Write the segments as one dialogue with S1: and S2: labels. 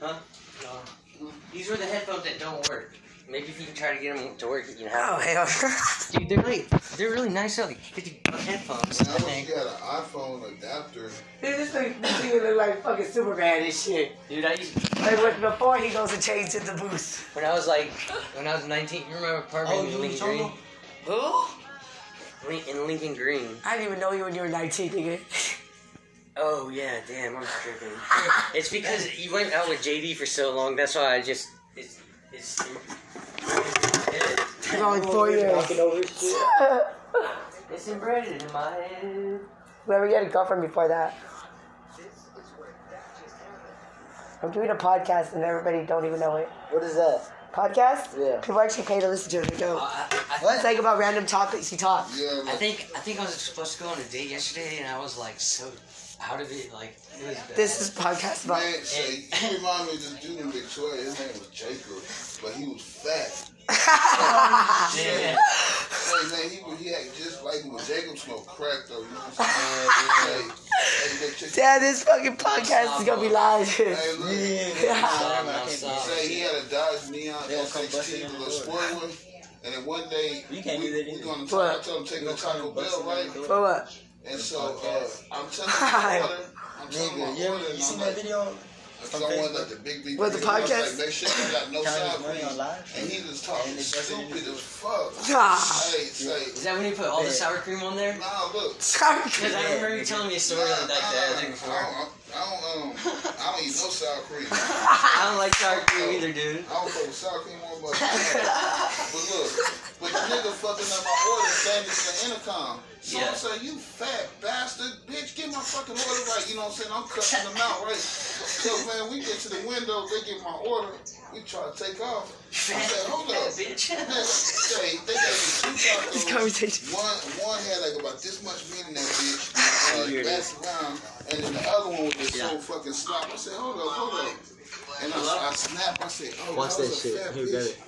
S1: Huh?
S2: No.
S1: These were the headphones that don't work. Maybe if you can try to get them to work, you can
S2: Oh
S1: have.
S2: hell.
S1: Dude, they're like they're really nice. They're like fifty buck headphones. I
S3: Now she
S1: think.
S3: got an iPhone adapter.
S2: this thing, this thing look like fucking Superman and shit.
S1: Dude, I used
S2: Like when- before he goes and changes the booth.
S1: when I was like when I was nineteen. Oh, You remember apartment in Lincoln Green?
S2: Who?
S1: Lin- in Lincoln Green.
S2: I didn't even know you when you were 19, nigga.
S1: Oh yeah, damn, I'm tripping. it's because you went out with JD for so long. That's why I just it's it's.
S2: It's only four years.
S1: Walking over shit. It's embedded in my head.
S2: Whoever you had a girlfriend before that. I'm doing a podcast and everybody don't even know it.
S4: What is that?
S2: Podcast?
S4: Yeah.
S2: People actually pay to listen to it. They don't.
S1: I, I,
S4: What?
S2: It's like about random topics he talks.
S3: Yeah,
S1: I
S3: like,
S1: think I think I was supposed to go on a date yesterday, and I was like so out of it. Like it was bad.
S2: This is podcast about.
S3: man, Shay, you remind me of this dude in Victoria. His name was Jacob, but he was fat.
S1: Yeah.
S3: Hey, man, he, was- he had just like him. But Jacob smoked crack, though. You know what I'm saying? hey, hey, that chick-
S2: Damn, this fucking podcast is gonna be live.
S3: Hey, look.
S1: Um, I was, uh,
S3: Say he had a Dodge Neon
S4: They don't come busting
S3: F16
S4: in the
S3: with a
S4: door.
S3: sport one, and then one day
S4: You can't
S3: we,
S4: do that
S3: we
S4: either.
S3: gonna
S2: What?
S3: I told him take
S4: You
S3: the
S4: don't
S3: Taco
S4: come busting
S3: Bell,
S4: in the
S3: right?
S4: door.
S2: For what?
S3: And so uh, I'm telling him my order. I'm telling him
S4: Nigga,
S3: my
S4: you,
S3: order,
S4: ever, you
S3: and
S4: seen
S3: I'm
S4: that
S3: like,
S4: video?
S3: because I wanted like the big beat.
S2: What, the podcast?
S3: Make sure you got no
S4: Counting his
S3: side
S4: money
S3: piece.
S4: on live?
S3: And he just talking
S4: And it's busting in
S3: stupid
S4: the door.
S3: as fuck.
S2: Ah,
S3: Hey, say,
S1: Is that when you put all the sour cream on there?
S3: nah, look.
S2: sorry.
S1: Because I remember you telling me a story like that
S3: Nah, nah,
S1: I think
S3: I
S1: before.
S3: don't, I don't, um, I don't eat no sour cream.
S1: I don't like sour cream either, dude.
S3: I don't fuck with sour cream on but But look, but the nigga fucking up my order saying it's the intercom. So
S1: Yeah.
S3: I'm saying, you fat bastard, bitch, get my fucking order right. You know what I'm saying? I'm cutting them out, right? So, man, we get to the window, they get my order, we try to take off. I said, hold up.
S1: Bitch.
S3: Man, say, they gave me two
S2: This
S3: tacos.
S2: conversation.
S3: One, one had like about this much meat in that bitch, uh, last round, and then the other one was just so fucking slop. I said, hold up, hold up. And I, I snapped, I said, oh,
S4: Watch
S3: that
S4: that
S3: was a
S4: shit.
S3: fat
S4: Here,
S3: bitch.
S4: got it.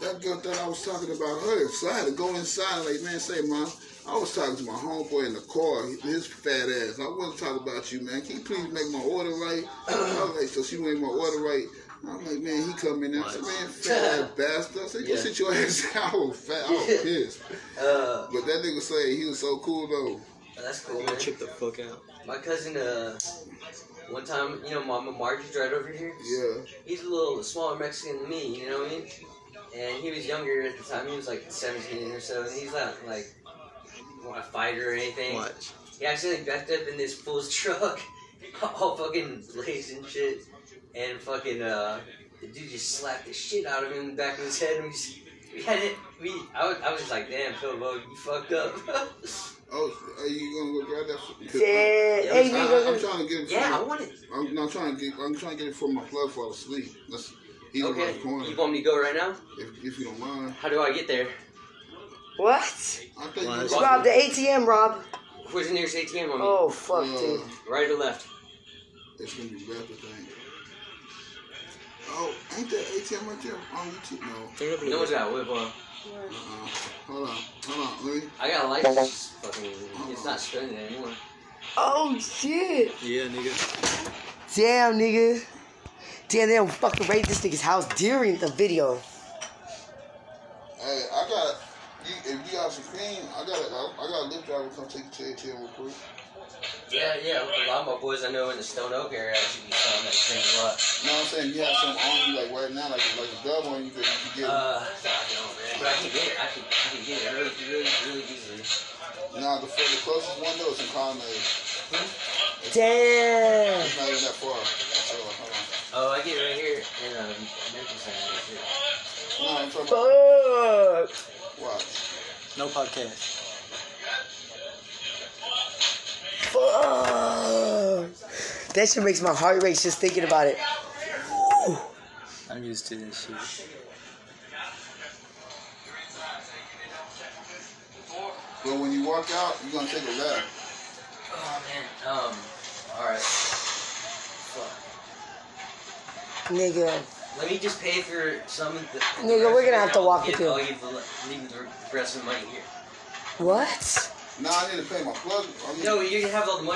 S3: That girl thought I was talking about her, so I had to go inside and like, man, say, mom, I was talking to my homeboy in the car, his fat ass. I wasn't talking about you, man. Can you please make my order right? I was like, so she made my order right. I'm like, man, he come in there. I said, man, fat ass bastard. I said, you sit your ass down. I was fat. I was pissed.
S1: Uh,
S3: But that nigga say he was so cool though.
S1: that's cool,
S4: I'm gonna
S1: man.
S4: trip the fuck out.
S1: My cousin, uh, one time, you know, Mama Margie's right over here.
S3: Yeah.
S1: He's a little smaller Mexican than me, you know what I mean? And he was younger at the time. He was like 17 or so, and he's not like a fighter or anything.
S4: Watch.
S1: He accidentally backed up in this fool's truck, all fucking blazed and shit, and fucking uh, the dude just slapped the shit out of him in the back of his head. And we just we had it. We I was, I was just like, damn, Philbo, you fucked up.
S3: Oh, are you gonna go grab that?
S2: Yeah.
S3: I,
S2: Hey,
S3: I'm
S2: nigga.
S3: trying to get it.
S1: yeah, I
S3: from,
S1: want it.
S3: I'm, no, I'm trying to get. I'm trying to get it from my plug fall asleep. That's he's
S1: Okay,
S3: around the
S1: you
S3: corner.
S1: want me to go right now?
S3: If, if you don't mind,
S1: How do I get there?
S2: What?
S3: I think uh,
S4: Why
S3: you
S4: is-
S3: can-
S2: Rob the ATM, Rob.
S1: Where's the nearest ATM? on me?
S2: Oh fuck, dude.
S3: uh,
S1: Right or left?
S3: it's gonna be left, I think. Oh, ain't that ATM right there on YouTube? No.
S4: Turn up a
S1: No
S4: little
S1: one's
S4: bit.
S1: got a whip on.
S3: Uh-uh. Hold on. Hold on. Let me.
S1: I got a license. it's just Fucking, it's not spinning anymore.
S2: Oh shit.
S4: Yeah, nigga.
S2: Damn, nigga. Damn, they don't fucking raid this nigga's house during the video.
S3: Hey, I got. You, if you got some cream, I got. a- I, I got a lift driver come take you to ATM real quick.
S1: Yeah, yeah. A lot of my boys I know in the Stone Oak area actually be selling that shit a lot.
S3: You know what I'm saying? You have some on you like right now, like like a dub on you that you can get.
S1: Uh, I don't, man. But I can get it. I can, I can get it really, really, really easily.
S3: Nah, the, the closest one though is in Colonnade.
S2: Damn.
S3: It's not even that far. So, hold on.
S1: Oh, I get it right here in um, Memphis Center. that's it.
S3: No, I'm talking about
S2: Fuck.
S3: watch.
S4: No podcast.
S2: Fuck. That shit makes my heart race just thinking about it. Ooh.
S4: I'm used to this shit.
S3: But when you walk out, you're gonna take a left.
S1: Oh, man. Um, alright. Fuck.
S2: Nigga.
S1: Let me just pay for some of the. the
S2: Nigga, we're
S1: rest
S2: gonna
S1: of
S2: have
S1: it.
S2: to
S1: I'll
S2: walk
S1: get-
S2: with you.
S1: I'll give the, leave the rest of the money here.
S2: What?
S3: Nah, I need to pay my plug. I need
S1: No, you can have all the money.